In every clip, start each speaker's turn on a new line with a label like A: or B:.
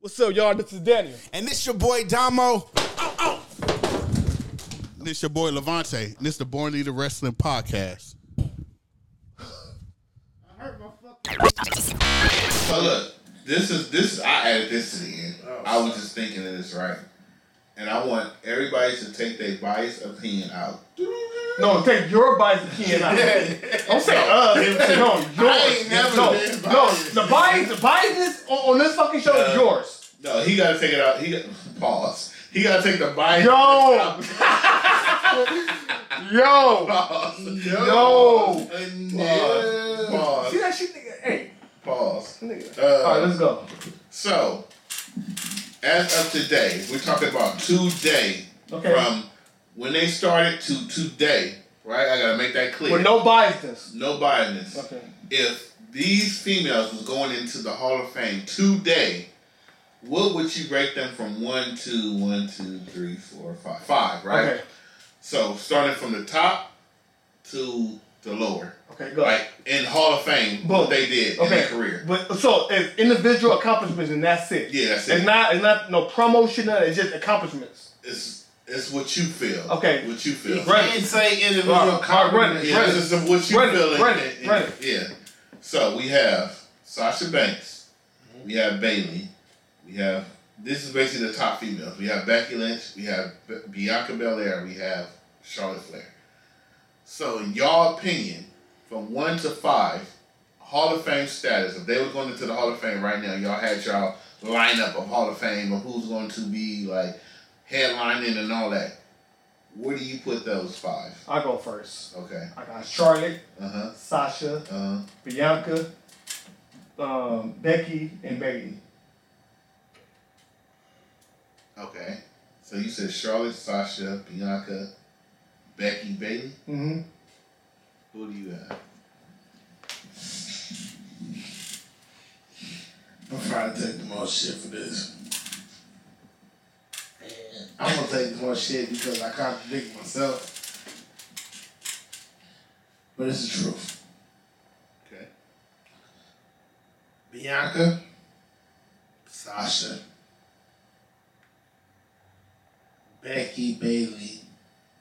A: What's up, y'all? This is Daniel.
B: And this your boy Damo. Ow, ow. Oh, This your boy Levante. And this the Born Leader Wrestling Podcast.
C: So look, this is this. I added this to the end.
A: Oh.
C: I was just thinking of this right, and I want everybody to take their biased opinion out.
A: No, take your bias again. out. Don't say us. No, yours.
C: ain't never
A: no,
C: been
A: no,
C: biased.
A: the bias, the biasness on, on this fucking show is
C: Yeah.
A: yours.
C: No, he got to take it out. He got pause. He got to take the bias.
A: Yo, yo,
C: Pause.
A: Yo.
C: Pause. Pause.
A: see that shit, nigga. Hey,
C: Pause.
A: nigga.
C: Uh,
A: All right, let's go.
C: So, as of today, we're talking about today.
A: Okay.
C: From when they started to today, right? I gotta make that clear.
A: With no biasness.
C: no biasness.
A: Okay.
C: If these females was going into the Hall of Fame today, what would you rate them from one to one, two, three, four, five? Five, right?
A: Okay.
C: So starting from the top to the lower.
A: Okay, go.
C: Like in Hall of Fame,
A: Boom.
C: what they did in their career.
A: But so it's individual accomplishments and that's it.
C: Yeah, that's
A: It's
C: it.
A: not it's not no promotion, none, it's just accomplishments.
C: It's it's what you feel.
A: Okay.
C: What you feel.
A: Right.
C: Can't say individual
A: All right, all right, run it,
C: Yeah,
A: run
C: this
A: it.
C: is what you
A: Run it,
C: feel. in-
A: run it,
C: in-
A: run it.
C: Yeah. So we have Sasha Banks. We have Bailey. We have this is basically the top females. We have Becky Lynch. We have B- Bianca Belair. We have Charlotte Flair. So in your opinion, from one to five, Hall of Fame status. If they were going into the Hall of Fame right now, y'all had y'all lineup of Hall of Fame of who's going to be like headlining and all that. Where do you put those five?
A: I go first.
C: Okay.
A: I got Charlotte,
C: Uh huh.
A: Sasha,
C: Uh
A: Bianca, um, Becky, and Bailey.
C: Okay. So you said Charlotte, Sasha, Bianca, Becky, Bailey.
A: Mm-hmm.
C: Who do you have?
D: I'm trying to take the most shit for this. And I'm gonna take the most shit because I contradict myself. But it's the truth.
C: Okay.
D: Bianca, Sasha, Becky, Bailey,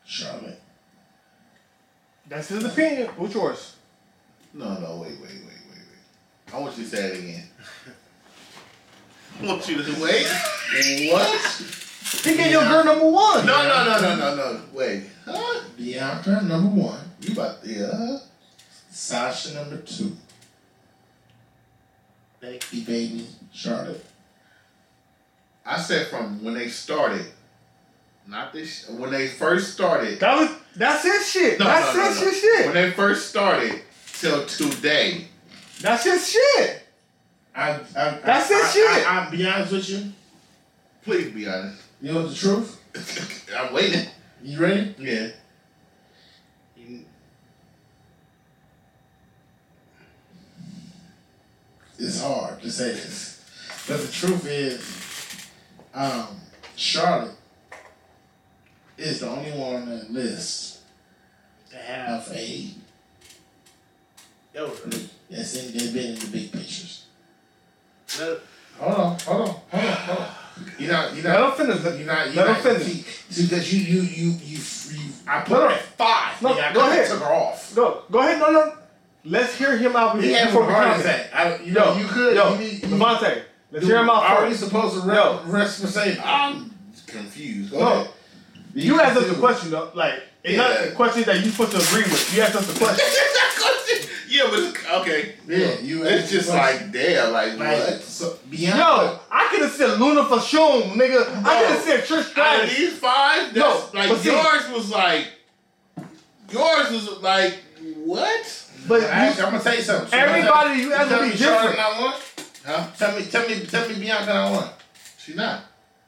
D: Charlotte.
A: That's his opinion. What's yours?
C: No, no, wait, wait, wait, wait, wait. I want you to say it again. I want you to wait. What?
A: He gave your girl number one.
C: No, no, no, no, no, no. Wait. Huh?
D: Bianca, number one.
C: You about yeah?
D: Sasha, number two. Becky, Bailey, Charlotte.
C: I said from when they started, not this. When they first started.
A: That was that's his shit.
C: No, no,
A: that's
C: no,
A: his
C: no.
A: shit.
C: When they first started till today.
A: That's his shit.
D: I, I,
A: That's
D: I,
A: his
D: I,
A: shit.
D: I, will be honest with you.
C: Please be honest.
D: You know the truth.
C: I'm waiting.
D: You ready?
C: Yeah.
D: It's hard to say this, but the truth is, um, Charlotte is the only one on that list to have a elderly that's in, that's been in the big pictures. Hold on, hold on, hold on, hold on. You're not, you're
A: Let
D: not,
A: him finish. Let,
D: you're not, you're
A: let
D: not.
A: him finish.
D: Because you, you, you, you, you. I put
A: No,
D: her
A: no.
D: at five.
A: No,
D: nigga. I
A: go
D: kinda
A: ahead.
D: Took her off.
A: Go. Go ahead. No, no. Let's hear him out
D: He had
A: before
D: from
A: we
D: heart
A: comment.
D: attack. I, you
A: Yo,
D: know, you could.
A: Yo,
D: you need, you
A: Devontae. Let's
D: you,
A: hear him out
D: Are we
A: first.
D: supposed to re-
A: Yo.
D: rest for saying?
C: I'm confused. Go
A: No.
C: ahead.
A: You asked us a question though. Like it's not
C: Yeah.
A: a question that you supposed to agree with. You asked us a question.
C: yeah, but it's- okay.
D: Yeah, you.
C: It's just like damn, like
D: like
C: what?
D: so,
A: Yo,
D: Bianca.
A: I could have said Luna Fashoon, nigga. I
C: No.
A: could have said Trish
C: Out of
A: Stratus.
C: these five,
A: No,
C: that's like
A: but see-
C: yours was like yours was like what?
A: But
D: Actually,
A: you,
D: I'm gonna tell you something.
A: Everybody, you asked
D: tell
A: me
D: me
A: different.
D: Charlotte not one.
C: Huh?
D: Tell me, tell me, tell me Bianca not one.
C: She not.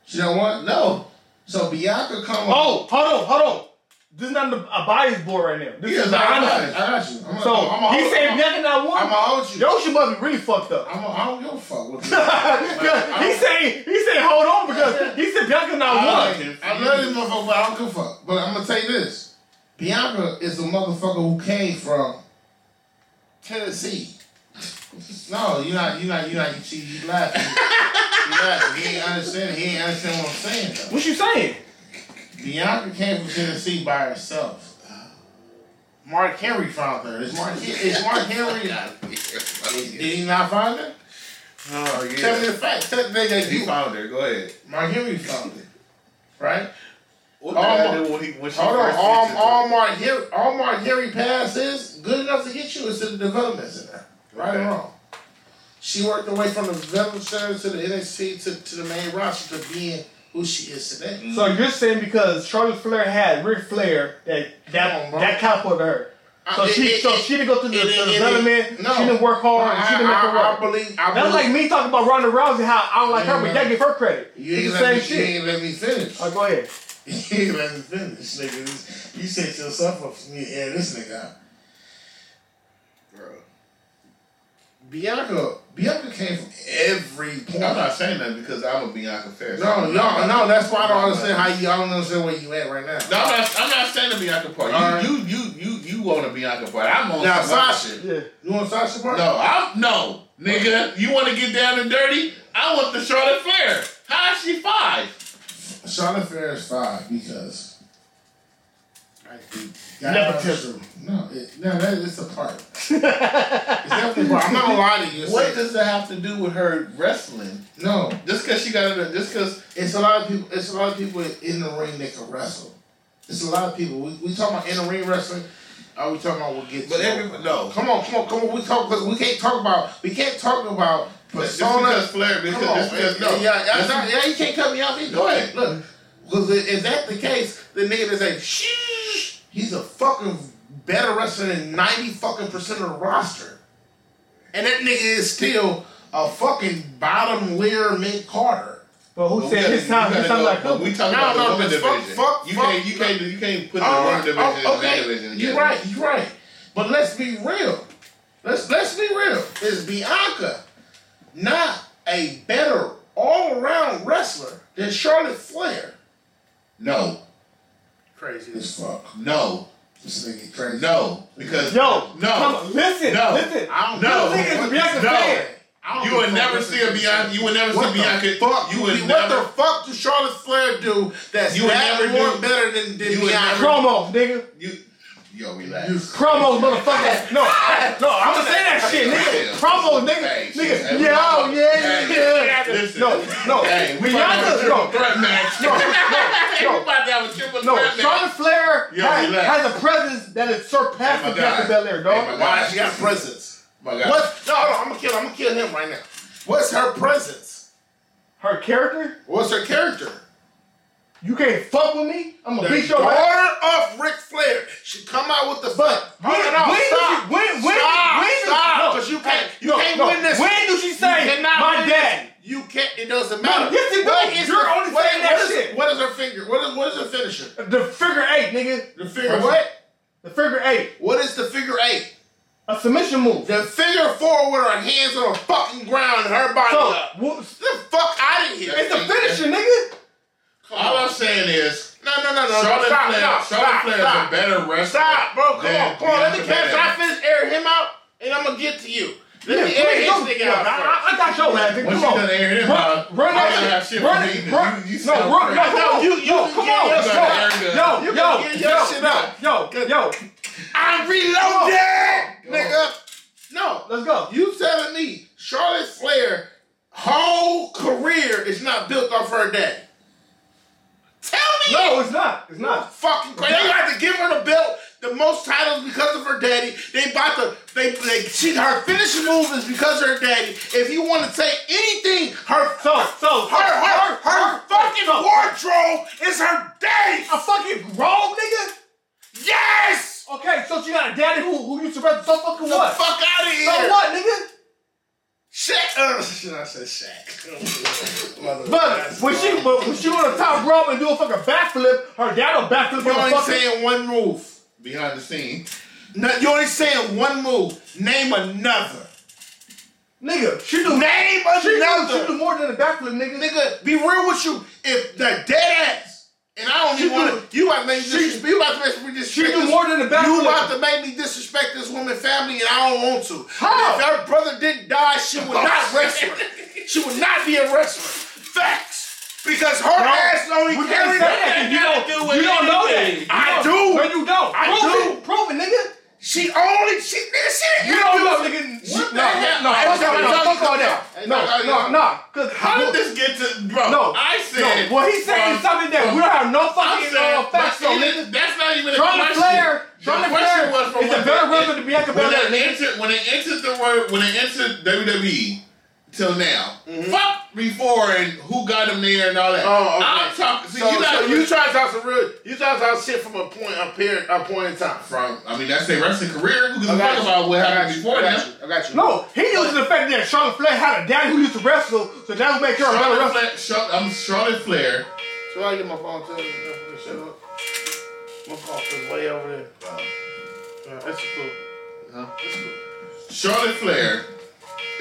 D: She don't want.
C: No.
D: So Bianca come. on.
A: oh, hold on, hold on. This is not a, a bias board right now. This
C: Yeah,
A: is the
C: no, I'm
A: honest.
C: not.
D: I got you. I'm
A: So
D: I'm a,
A: he said Bianca not
D: I'm
A: one.
D: gonna hold you.
A: Yo, she must be really fucked up.
D: I'm a, I don't give a fuck what you.
A: he saying he said hold on because he said Bianca not
D: I
A: one.
D: love it. I love this motherfucker, but I don't give a fuck. But I'm gonna tell you this: Bianca is the motherfucker who came from Tennessee. No, you're not. You're not. You're not. You, you laughing. You're
C: fact. He ain't understand. He ain't understand what I'm saying though.
A: What you saying?
C: Bianca came from Tennessee by herself. Mark Henry found her. Is Mark, is Mark Henry? Did he not find her?
D: Oh, yeah.
C: Tell me the fact. Tell the nigga
D: He
C: you.
D: found her. Go ahead.
C: Mark Henry found her, right?
D: What
C: All
D: did I
C: my-
D: do when he when she
C: Hold on.
D: first
C: All,
D: mentioned
C: all
D: it?
C: Mark Henry, all Mark Henry pass is good enough to get you is to the development center, right
D: Okay.
C: or wrong. She worked her way from the development center to the NXT to, to the main roster to being who she is today.
A: So you're saying because Charlotte Flair had Ric Flair that
C: Come on,
A: that
C: bro.
A: that counted her. So
C: Uh, it-
A: she
C: it-
A: so
C: it-
A: she didn't go through the,
C: it-
A: the
C: it- it-
A: development.
C: no.
A: She didn't work hard.
C: I,
A: she didn't make
C: I,
A: her
C: I, I
A: work.
C: believe. I
A: That's
C: believe
A: like me talking about Ronda Rousey how I don't like her,
C: Yeah.
A: but y'all give her credit.
C: You
A: it's the
C: ain't let
A: same
C: me, You
A: shit.
C: ain't let me finish.
A: Oh, go ahead.
C: you ain't let me finish, nigga. You set yourself up for me to air this nigga out.
D: Bro,
C: Bianca, Bianca came from every point.
D: I'm not saying that because I'm a Bianca Fair.
C: No, no, no. That's why I don't understand how you. I don't understand where you at right now.
D: No, I'm not, I'm not saying the Bianca part. You,
C: Alright.
D: you, you, you, you want a Bianca part. I'm on
C: Now,
D: some other
C: Sasha.
D: shit.
A: Yeah.
C: You want Sasha Banks?
D: No, I'm no nigga. You want to get down and dirty? I want the Charlotte Flair. How is she five?
C: Charlotte Flair is five because. I think that-
A: Nepotism.
C: No, it, no, that, it's a part. it's definitely a part. I'm not gonna lie to you. It's
D: What
C: like-
D: does that have to do with her wrestling?
C: no,
D: Just because she got it, just because
C: it's a lot of people. It's a lot of people in the ring that can wrestle. It's a lot of people. We we talking about in the ring wrestling. Are we talking about what gets?
D: But
C: you
D: every-
C: over?
D: no.
C: Come on, come on, come on. We talk because we can't talk about. We can't talk about persona.
D: just because Flair, because
C: Come on,
D: just because no,
C: yeah, yeah,
D: Just-
C: yeah, yeah, you can't cut me off. either.
D: Go ahead.
C: Look, because if that's the case, the nigga that's like, shh, he's a fucking better wrestler than ninety fucking percent of the roster, and that nigga is still a fucking bottom layer mid Carter.
A: But who
D: But we
A: said
D: gotta-
A: his time?
D: you
A: His
D: gotta
A: time
D: go-
A: like
D: but
A: who?
D: we talking
C: No,
D: about
C: no,
D: the women
C: but fuck-
D: division.
C: fuck-
D: you
C: fuck-
D: can't, you can't, you can't put the
C: All
D: women
C: right,
D: division and
C: oh,
D: the
C: okay,
D: men division.
C: you're
D: together.
C: right, you're right. But let's be real. Let's let's be real. Is Bianca not a better all around wrestler than Charlotte Flair?
D: No,
C: Crazy as fuck.
D: no,
C: This nigga crazy.
D: no, because
A: Yo,
D: no,
A: come, listen,
D: no,
A: listen.
C: I don't
D: No.
A: Y'all think it's Bianca
D: No.
A: Belair.
C: I don't
D: You
C: give a
D: would
C: fuck
D: never
C: what
D: see
C: this
D: a
C: nigga
D: Bianca.
C: says.
D: You would never
C: What
D: see
C: the
D: Bianca.
C: fuck?
D: You would
C: what the
D: never.
C: fuck does Charlotte Flair do that's
D: You would
C: that
D: never
C: more
D: do-
C: better than, than
D: you would
C: Bianca?
D: never-
A: Promos, nigga.
D: You, yo, relax.
A: Promos, motherfucker. No, no, I'm gonna say that shit,
D: Hey,
A: nigga. Promos,
D: hey,
A: nigga,
D: hey,
A: nigga.
D: we-
A: Yo, yeah,
D: hey,
A: yeah.
D: listen.
A: No, no.
D: Hey, we about to have a
A: Bianca, no,
D: triple threat match.
A: no,
D: Hey,
A: no.
D: we about to have a triple
A: no.
D: threat match.
A: Charlotte Flair
D: Yo,
A: has,
D: relax.
A: has a presence that is
D: Hey, my
A: surpassing
D: guy.
A: Bianca Belair,
D: Hey, my
A: dog.
D: guy.
C: Why she got presence?
D: My God.
C: What? No, hold on. I'm gonna kill. I'm gonna kill him right now. What's her presence?
A: Her character,
C: What's her character?
A: you can't fuck with me. I'm gonna
C: The
A: beat your ass.
C: daughter of Ric Flair. She come out with the
A: But
C: fuck. No, no, no,
A: when did
C: stop.
A: you- when- when did-
C: stop,
A: when did-
C: stop,
A: no,
C: because you can't, you
A: no,
C: can't
A: no.
C: win this.
A: When do she
C: You
A: say,
C: cannot
A: "My
C: win this.
A: dad"?
C: You can't. It doesn't matter.
A: yes, it
C: What
A: does.
C: is
A: You're
C: her-
A: only
C: what-
A: saying that
C: what is-
A: shit.
C: What is her finger? What is what is her finisher?
A: The figure eight, nigga.
C: The figure what?
A: The figure eight,
C: What is the figure eight?
A: a submission move.
C: The figure four with her hands on the fucking ground and her body
A: So,
C: up.
A: wo-
C: Get the fuck out of here.
A: it's a finisher, nigga.
D: All I'm saying is,
C: No, no, no, no.
D: Charlotte
C: stop,
D: Flair,
C: no,
D: Charlotte
C: stop,
D: Flair is a
C: stop.
D: better wrestler.
C: Stop, bro. Come
D: than
C: on, come on. Let me
D: Bianca
C: catch. I
D: Belair.
C: finish air him out, and I'm gonna get to you.
A: Yeah,
C: Let me
A: please
C: air
A: don't-
C: his nigga
A: yeah,
C: out.
A: I, I- I got your ass. nigga. Come
D: Once you
A: on.
D: done aired him
A: Run-
D: out,
A: run
D: I
A: out-
D: don't have shit
A: run-
D: for me, 'cause
A: run-
D: you- you
A: No,
D: sound
A: run,
D: crazy.
A: no, no,
C: You- you
A: no,
C: can
A: come
C: get
A: on,
C: your
A: yo,
D: shit
A: yo,
D: out.
A: yo,
C: You can get your shit
A: yo,
C: out.
A: yo, yo, yo,
C: I'm reloaded, nigga. No,
A: let's go.
C: you telling me Charlotte Flair whole career is not built off her dad? Tell me
A: No, it's not. It's not.
C: fucking crazy. They about to give her the belt, the most titles because of her daddy. They about to they they she her finishing move is because of her daddy. If you want to say anything, her
A: So, so,
C: her her her, fucking
A: so-
C: wardrobe is her daddy.
A: A fucking wrong, nigga.
C: Yes.
A: Okay, so she got a daddy who who used to wrestle. So fucking
C: The
A: what?
C: fuck out of here.
A: So what, nigga?
C: Shaq. Uh, should I say Shaq? Mother-
A: But when she but when she on the top rope and do a fucking backflip, her dad will backflip
C: you
A: on
C: ain't
A: the fucking.
C: saying one move.
D: Behind the scene,
C: No, you ain't saying one move. Name another.
A: Nigga, she do.
C: Name
A: She do,
C: another.
A: she do more than a backflip, nigga.
C: Nigga, be real with you. If the dead ass, and I don't
A: She
C: even
A: do-
C: want to, you about to make me
A: she-
C: disrespect. You about to make me disrespect.
A: She do
C: this-
A: more than a
C: You
A: backflip.
C: about to make me disrespect this woman's family, and I don't want to.
A: How?
C: If her brother didn't die, she would not wrestle. She would not be a wrestler.
E: Because her ass only
A: we can't
E: carried
A: say
E: that.
A: that. You
F: gotta
A: don't,
F: do with
A: you don't know that.
F: anything.
E: I
A: You don't-
E: do.
A: No, you don't. I
E: Prove
A: do. Prove it, nigga.
E: She only she nigga she
A: You
E: didn't
A: don't know,
E: introduce-
A: nigga.
D: What
A: She-
D: the
A: No,
D: hell?
A: no,
D: Hey,
A: fuck
D: what's up,
A: all that.
D: what's
A: Fuck all
D: up?
A: that.
D: Hey,
A: No,
D: what's
A: no,
D: up?
A: no. Cause
D: How did this get to bro?
A: No,
D: I said.
A: No, well, he's saying
D: from-
A: something that we don't have no
D: I
A: fucking
D: said,
A: uh, facts
D: but
A: on.
D: see,
A: nigga.
D: That's not even a
A: Charlotte
D: question.
A: Flair, Charlotte
D: the question
A: Flair
D: was from
A: is
D: when
A: a very
D: they-
A: relevant to Bianca
D: when
A: Belair,
D: they
A: nigga.
D: entered- When it entered the word, when it entered WWE till now, fuck before and who got him there and all that.
E: Mm-hmm. Oh, okay.
D: I'm talking. See,
E: So,
D: you
E: you,
D: got
E: so you try to talk some real. You try to talk shit from a point, a period, a point in time.
D: from. I mean, that's their wrestling career. Who gives
E: I
D: a
E: got
D: fuck
E: you.
D: about what
E: I got
D: happened
E: you.
D: before
E: I got
D: them?
E: you. I got you.
A: No, he uses the fact that Charlotte Flair had a dad who used to wrestle, so that would make her a better
D: Charlotte
A: wrestler.
D: Flair, Char- I'm Charlotte Flair.
E: Should I get my phone? Tell me to shut up. My phone is way over there. Yeah, that's cool. Huh? That's cool.
D: Charlotte Flair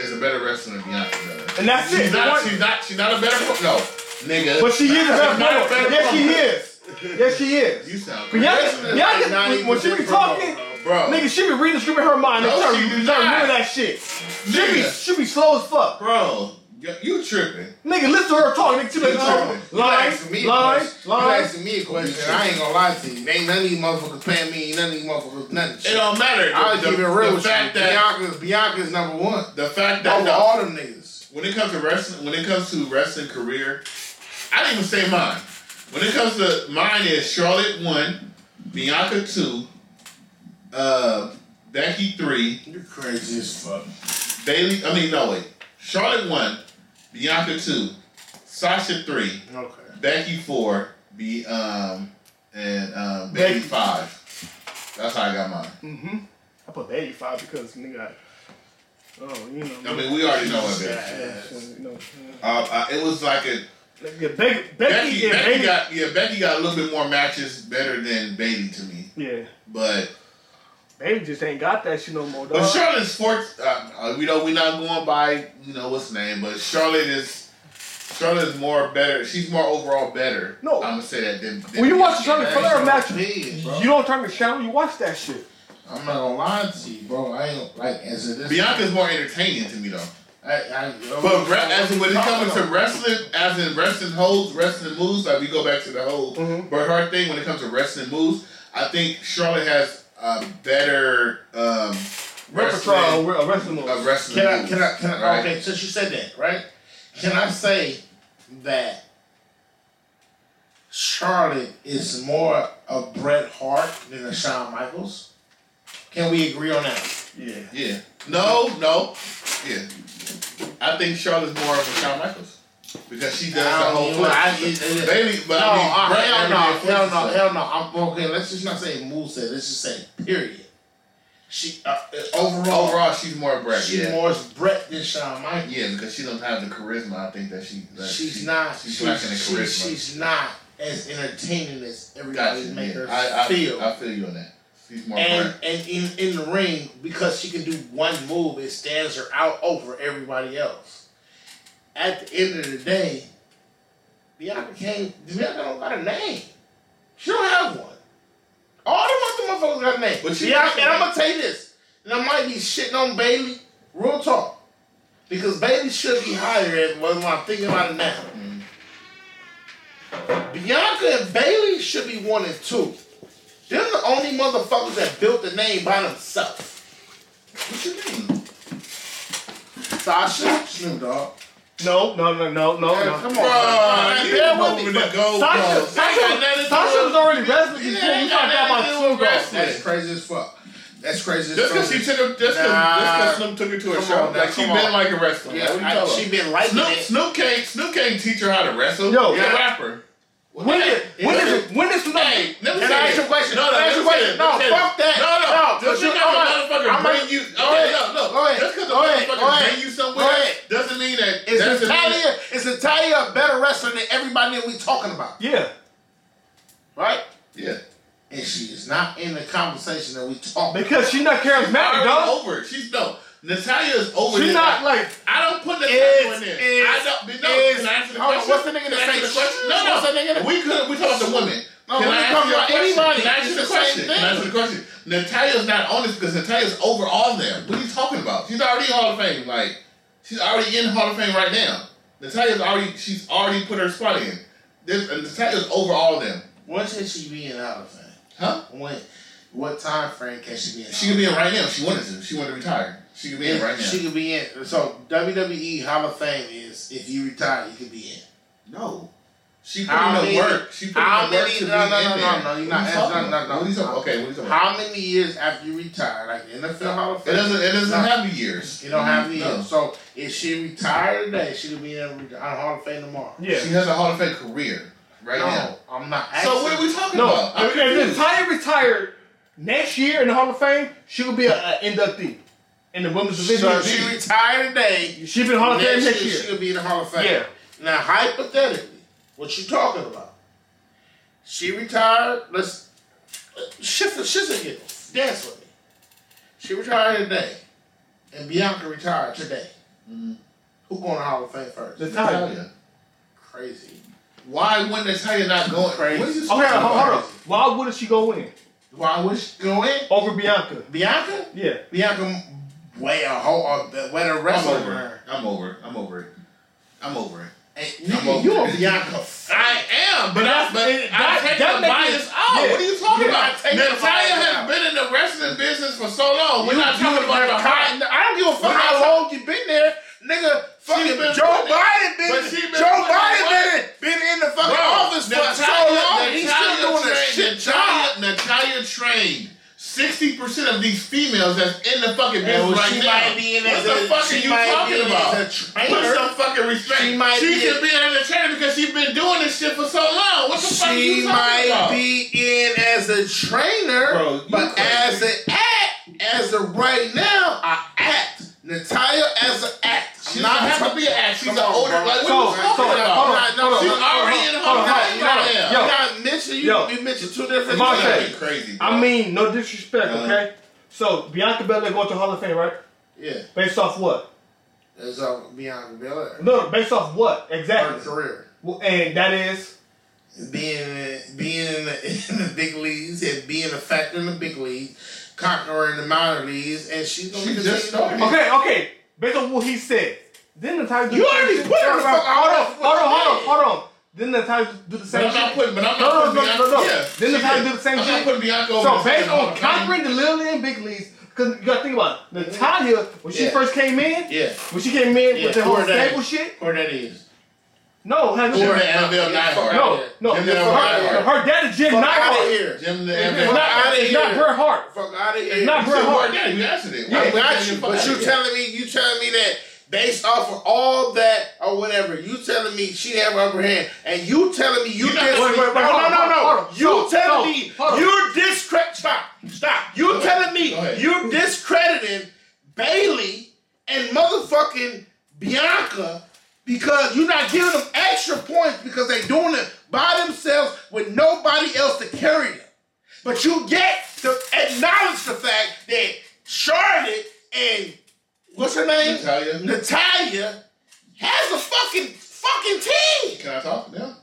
D: is a better wrestler than Bianca Belair.
A: And that's
D: She's
A: it.
D: not.
A: One-
D: She's not. She's not a better. pro- No, nigga.
A: But she is a
D: She's not
A: better
D: a better
A: wrestler. Yes, she
D: pro-
A: is. Yes, she
D: You
A: is.
D: sound crazy.
A: Bianca, Bianca, when she be talking,
D: bro.
A: nigga, she be reading the script in her mind and
D: No,
A: trying to
D: she do
A: remember
D: not.
A: that shit. She be,
D: nigga,
A: she be slow as fuck.
D: bro, you- you tripping?
A: Nigga, listen to her talk, nigga, too
D: You
A: much talk.
D: tripping.
E: You
A: Line,
E: asking me a
A: line,
E: question. You
A: line.
E: asking me a question. I ain't gonna lie to you. Ain't none of these motherfuckers paying me. Ain't none of these motherfuckers nothing.
D: It
E: Shit.
D: don't matter.
E: I'll
D: The-
E: keep it
D: the-
E: real
D: The
E: with you.
D: fact that
E: Bianca's Bianca's number one.
D: the fact that
E: Over
D: no,
E: all them niggas.
D: when it comes to wrestling, when it comes to wrestling career, I didn't even say mine. When it comes to mine is Charlotte one, Bianca two, uh, Becky three,
E: You crazy as fuck.
D: Bailey. I mean, no wait, Charlotte one, Bianca two, Sasha three,
E: Okay.
D: Becky four, be um, and um, Bailey
A: Becky.
D: five. That's how I got mine.
A: I put 85 because, nigga, I, oh, you know.
D: I mean, we already know what it is.
A: you know,
D: Uh, uh, it was like a
A: yeah, Be- Becky,
D: Becky.
A: yeah,
D: Becky
A: Becky,
D: got yeah. Becky got a little bit more matches, better than Bailey to me.
A: yeah,
D: But
A: Baby just ain't got that shit no more, dog.
D: but Charlotte's fourth. Uh, uh, we know we're not going by you know what's name, but Charlotte is Charlotte is more better. She's more overall better.
A: No.
D: I'm gonna say that. Than, than
A: when you watch the Charlotte
D: Bianca.
A: Flair match,
C: Big, bro.
A: you don't turn the channel, you watch that shit.
C: I'm not gonna lie to you, bro. I ain't like as a this.
D: Bianca's more entertaining to me though.
C: I, I,
D: But re-
A: Oh,
D: as in, when it comes to wrestling, as in wrestling holds, wrestling moves, like we go back to the whole
A: Mm-hmm.
D: Bret Hart thing. When it comes to wrestling moves, I think Charlotte has a better um,
A: Repertoire,
D: wrestling,
A: we're a wrestling move.
D: a wrestling.
C: Can I?
D: moves,
C: Can I? Can I?
D: right?
C: Okay, since you said that, right? Can I say that Charlotte is more of Bret Hart than a Shawn Michaels? Can we agree on that?
A: Yeah.
D: Yeah. No. No. Yeah. I think Charlotte's more of a Shawn Michaels because she does the
C: I
D: whole
C: don't know. I-
D: flip.
C: it- it-
D: Bailey, but
C: no,
D: I
C: uh,
D: mean, Bret
C: hell
D: never
C: no,
D: did flips
C: hell
D: and
C: no,
D: stuff.
C: hell no. I'm okay. Let's just not say moveset. Let's just say period. She uh, uh, overall,
D: Overall, she's more Bret.
C: she
D: yeah.
C: more is Bret than Shawn Michaels.
D: yeah, because she doesn't have the charisma. I think that she that
C: she's
D: she-
C: not.
D: She's
C: she-
D: lacking the
C: she-
D: charisma.
C: she's not as entertaining as
D: Gotcha.
C: everybody make
D: Yeah.
C: her
D: I, I
C: feel.
D: I feel you on that. She's more
C: and
D: Bret.
C: and in, in the ring, because she can do one move, it stands her out over everybody else. At the end of the day, Bianca can't. Bianca don't got a name. She don't have one. All the other motherfuckers got a name.
D: But she-
C: Bianca, and I'm gonna tell you this, and I might be shitting on Bailey. Real talk. Because Bailey should be higher at whether I'm thinking about it now. Bianca and Bailey should be one and two. They're the only motherfuckers that built the name by themselves.
D: What you mean?
C: Sasha, Snoop Dogg.
A: No, no, no, no, no,
C: Man,
A: no.
C: come on.
D: Bro,
C: Bro,
D: you
C: Oh, you
D: yeah,
C: over
D: over
C: the
D: the gold
A: Sasha,
D: post. That
A: Sasha,
D: ain't nothing to
A: Sasha
D: do
A: was
D: with-
A: already wrestling
D: Yeah,
A: before we
D: ain't
A: talked
D: got
A: about
D: nothing to do
A: Snoop
D: with
A: Dogg.
D: wrestling.
C: That's crazy as fuck. That's crazy as
D: Just
C: fuck.
D: because she took her, just because
C: Nah.
D: Snoop took her to a
C: Come
D: show,
C: on now,
D: like she
C: come
D: been
C: on.
D: like a wrestler.
C: Yeah,
D: Like, what you
C: I-
D: talking
C: she
D: about?
C: been liking
D: Snoop,
C: it.
D: Snoop can't, Snoop can't teach her how to wrestle.
A: Yo.
D: She's a
A: Yeah.
D: rapper.
A: When did, when did, when did Snoop
D: Hey, let me
C: Can
D: say
C: I ask
D: this.
C: you a question?
D: No, no,
C: Can I ask
D: let
C: you a
D: me say
C: question?
D: this.
C: No,
D: Let me say
C: fuck
D: this.
C: that.
D: No,
C: No,
D: no. Just
C: you-
D: because
C: I'm
D: a
C: gonna-
D: motherfucker
C: I'm gonna-
D: bring you,
C: Go
D: okay,
C: ahead.
D: no,
C: Go
D: no.
C: ahead.
D: Just because a
C: Go ahead. Go
D: motherfucker
C: ahead.
D: bring you somewhere
C: Go ahead.
D: doesn't mean that.
C: Is
D: doesn't mean that-
C: Natalia is Natalia a better wrestler than everybody that we talking about?
A: Yeah.
C: Right?
D: Yeah.
C: And she is not in the conversation that we talk
A: Because she's not charismatic,
D: already
A: dog.
D: over. it. She's no. Natalia is over.
A: She's
D: this.
A: not like
D: I don't put Natalia
C: Is-
D: in there.
C: is-
D: I don't. No,
C: is-
D: can I answer the
C: hold on,
D: question?
C: what's the nigga
D: Can
C: that
D: I answer
C: say
D: the question? No,
C: shh?
D: no.
C: What's that nigga that-
D: We could. We talked to women.
C: No,
D: can
C: we can
D: I answer
C: talk
D: your
C: about
D: question?
C: anybody.
D: Can I answer
C: It's
D: the
C: the same
D: question? Can I answer the
C: thing.
D: question? Natalia's not on this because Natalia's over all them. What are you talking about? She's already in Hall of Fame. Like she's already in Hall of Fame right now. Natalia's already she's already put her spot in. This and Natalia's over all of them.
C: When should she be in Hall of Fame?
D: Huh?
C: When? What time frame can she be in?
D: She could be in right now if she wanted to. She wanted to retire. She could be in right now.
C: She could be in. So WWE Hall of Fame is if you retire, you could be in.
D: no. She put
C: How
D: in the
C: many-
D: work. She put
C: how
D: in the work
C: many-
D: to
C: no,
D: be
C: no, no,
D: in there.
C: no, no,
D: What
C: you're
D: are
C: not-
D: you
C: that's
D: talking
C: not-
D: about?
C: no,
D: What are you
C: no.
D: talking? Okay, what are you talking? about?
C: How many years after you retire, like the NFL Hall of
D: It
C: Fame?
D: doesn't. It doesn't
C: No.
D: have years.
C: You don't have any.
D: No.
C: So if she retired today, she could be in the Hall of Fame tomorrow.
D: She
A: Yeah.
D: has a Hall of Fame career right
C: no,
D: now.
C: I'm not. Asking.
D: So what are we talking
A: No,
D: about? I'm
A: if, if
D: confused.
A: Natalia retired next year in the Hall of Fame, she will be an inductee in the women's division.
C: So if she retired today.
A: She'll be in the Hall of Fame
C: next
A: next
C: year, she
A: year.
C: could be in the Hall of Fame.
A: Yeah.
C: Now hypothetically, what you talking about? She retired. Let's shift the shift and giggles. Dance with me. She retired today, and Bianca retired today. Who going to Hall of Fame first?
A: Natalia.
C: Crazy.
D: Why wouldn't Natalia not go? What
C: Crazy.
D: are you
A: Okay, hold,
D: talking about?
A: hold on. Why wouldn't she go in
C: Why would she go in?
A: over Bianca?
C: Bianca?
A: Yeah.
C: Bianca way a whole a be- way a
D: I'm
C: wrestler. than
D: over. it.
C: her.
D: I'm over. it. I'm over it. I'm over it.
C: Hey,
D: I'm
C: nigga,
D: over
C: you a
D: it.
C: Bianca fan.
D: I am, but
A: that's-
D: I, but
A: it-
D: I
A: that-
D: take
A: that
D: the
A: make
D: bias
A: it-
D: out.
A: yeah.
D: What are you talking
C: Yeah,
D: about?
C: I take the
D: Natalia
C: bias
D: has
C: out.
D: been in the wrestling business for so long. We're not talking about the
C: I,
D: high.
C: I don't give a fuck
D: We're not
C: how
D: talking-
C: long you been there, nigga. Fucking
D: been
C: Joe
D: putting-
C: Biden been,
D: but she been
C: Joe
D: putting
C: Biden
D: in
C: been, been in the fucking office for so long. He's still doing a shit job.
D: Natalia, Natalia trained. Sixty percent of these females that's in the fucking business
C: And well,
D: right
C: she
D: now.
C: might be in
D: what
C: as
D: the
C: a-
D: fuck
C: she
D: are you
C: might be
D: talking
C: in
D: about?
C: as a
D: Put
C: trainer.
D: some fucking respect.
C: She might be
D: can
C: in-
D: be in as a trainer because she's been doing this shit for so long. What the fuck are you
C: She
D: talking
C: might
D: about?
C: be in as a trainer,
D: Bro, you
C: but
D: crazy.
C: as an act, as of right now, I act. Natalia as an act.
D: She not have to be an act. She's an older. Like, what
A: So-
D: are you talking
A: so-
D: about?
A: hold on, hold on,
D: she's
A: hold on,
D: already
A: hold on,
D: in her
A: hold on,
D: prime
A: hold on,
D: right
A: hold on.
D: now.
A: Yo.
C: You're not mentioning you.
A: Yo.
C: You mentioned two different
A: My
C: things.
A: bad.
D: crazy. bro.
A: I mean, no disrespect,
C: Uh.
D: Uh-huh.
A: okay? So Bianca Belair going to Hall of Fame, right?
C: Yeah,
A: Based off what?
C: that's all Bianca Belair.
A: No, based off what
C: Her
A: exactly?
C: career,
A: Well, And that is
C: being being in the, in the big leagues and being a factor in the big leagues, conquering the minor leagues, and she's gonna
D: She
C: continue
D: just
C: to do it.
D: started.
A: okay. Okay, based on what he said. Then Natalia. do
C: You
A: the
C: already
A: same
C: put
A: shit.
C: her the fuck
A: Hold on,
C: out.
A: hold on, hold on, hold on. Then Natalia do the
D: But
A: same
D: I'm not
A: shit.
D: putting. But I'm
A: No,
D: not
A: no,
D: putting.
A: no,
D: Bianca-
A: no, no.
D: Yeah,
A: Then
D: she
A: Natalia
D: did.
A: do the same
D: I'm
A: shit.
D: not putting Bianca over.
A: So
D: the
A: based
D: fucking Hall
A: on
D: of Fame.
A: conquering the little and big leagues, because you gotta think about it. Natalia when she
C: Yeah.
A: first came in,
C: Yeah.
A: when she came in
C: Yeah,
A: with the whole
C: poor Dave.
A: stable shit.
C: Or that is.
A: No, had
D: Jim
A: no,
D: the Annabelle Nyhart.
A: no, no.
D: Jim the
A: Her,
D: Annabelle Nyhart.
A: her dad is Jim
C: Fuck out of
A: Nyhart.
C: here.
D: Jim the
A: It's
D: Annabelle
A: not-
D: Nyhart.
C: outta
A: It's not
C: here.
A: her heart.
C: Fuck out of here.
A: It's not
D: You said
A: her
D: word
A: heart.
D: daddy. You answered it.
A: Yeah,
D: Why
C: I
D: would you
C: got
D: say
C: you,
D: fuck
C: but you
D: daddy?
C: telling me you telling me that based off of all that or whatever, you telling me she have upper hand, and you telling me you
D: You're not-
C: dis-
D: wait, wait, wait,
C: no,
A: hold on, hold
C: no, no,
A: on,
C: no,
A: hold on.
C: you
A: Hold on,
C: telling
A: hold
C: me
A: on.
C: you're discredit. Stop, stop. You
D: ahead,
C: telling
D: go ahead.
C: me you're discrediting Bailey and motherfucking Bianca because you're not giving them extra points because they doing it by themselves with nobody else to carry them. But you get to acknowledge the fact that Charlotte and what's her name?
D: Natalia.
C: Natalia has a fucking fucking team.
D: Can I talk now?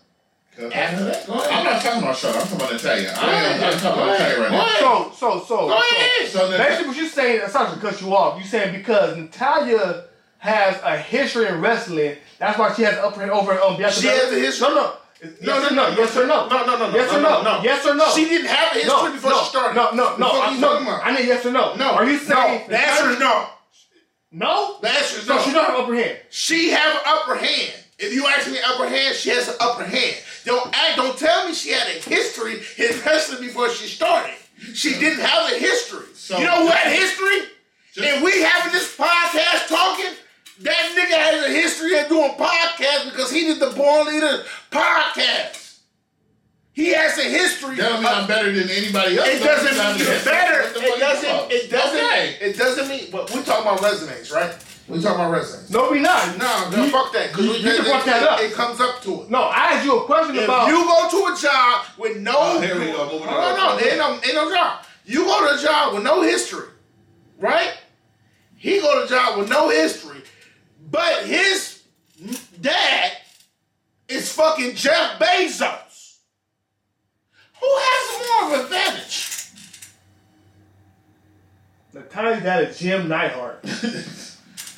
D: Can I talk
C: After that, go ahead.
D: I'm not talking about Charlotte. I'm talking about Natalia. I am I'm talking about
C: Go
D: Natalia right
C: ahead.
D: now.
A: So, so, so.
C: Go
A: so.
C: ahead.
D: So Natalia.
A: Basically, what you're saying, I'm sorry to cut you off. You're saying because Natalia has a history in wrestling, that's why she has upper hand over um, Bianca.
C: She
A: Belair?
C: has a history?
A: No, no. yes or no? Yes or no?
C: No, no, no, no,
A: Yes or
C: no,
A: no?
C: no, no.
A: Yes or no?
C: She didn't have a history
A: no,
C: before
A: no,
C: she started.
A: No, no,
C: The
A: no.
C: fuck
A: I,
C: you
A: no
C: talking about?
A: I need yes or no.
C: No.
A: Are you saying
C: no. The answer is no.
A: No.
C: The answer is
A: So
C: no.
A: she don't have upper hand.
C: She have an upper hand. If you ask me upper hand, she has an upper hand. Don't act, don't tell me she had a history in wrestling before she started. She didn't have a history.
D: So-
C: you know who had history?
D: Just-
C: and we having this podcast talking. That nigga has a history of doing podcasts because he did the Born Leader podcast. He has a history.
D: That don't mean
C: of-
D: I'm better than anybody else.
C: it doesn't mean you're better. It doesn't. It doesn't.
D: Okay.
C: It doesn't mean. But we talking about resumes, right? We talking about resumes.
A: No, we not.
C: No, no,
A: You-
C: fuck that. Because
A: you-
C: we
A: you can
C: it,
A: fuck that up.
C: It comes up to it.
A: No, I asked you a question
C: If
A: about.
C: you go to a job with no,
D: Oh, here we go. Moving
C: no,
D: on.
C: no, no, ain't no, ain't no job. You go to a job with no history, right? He go to a job with no history, but his dad is fucking Jeff Bezos. Who has more of an advantage?
A: Natalia's dad is Jim Neihart.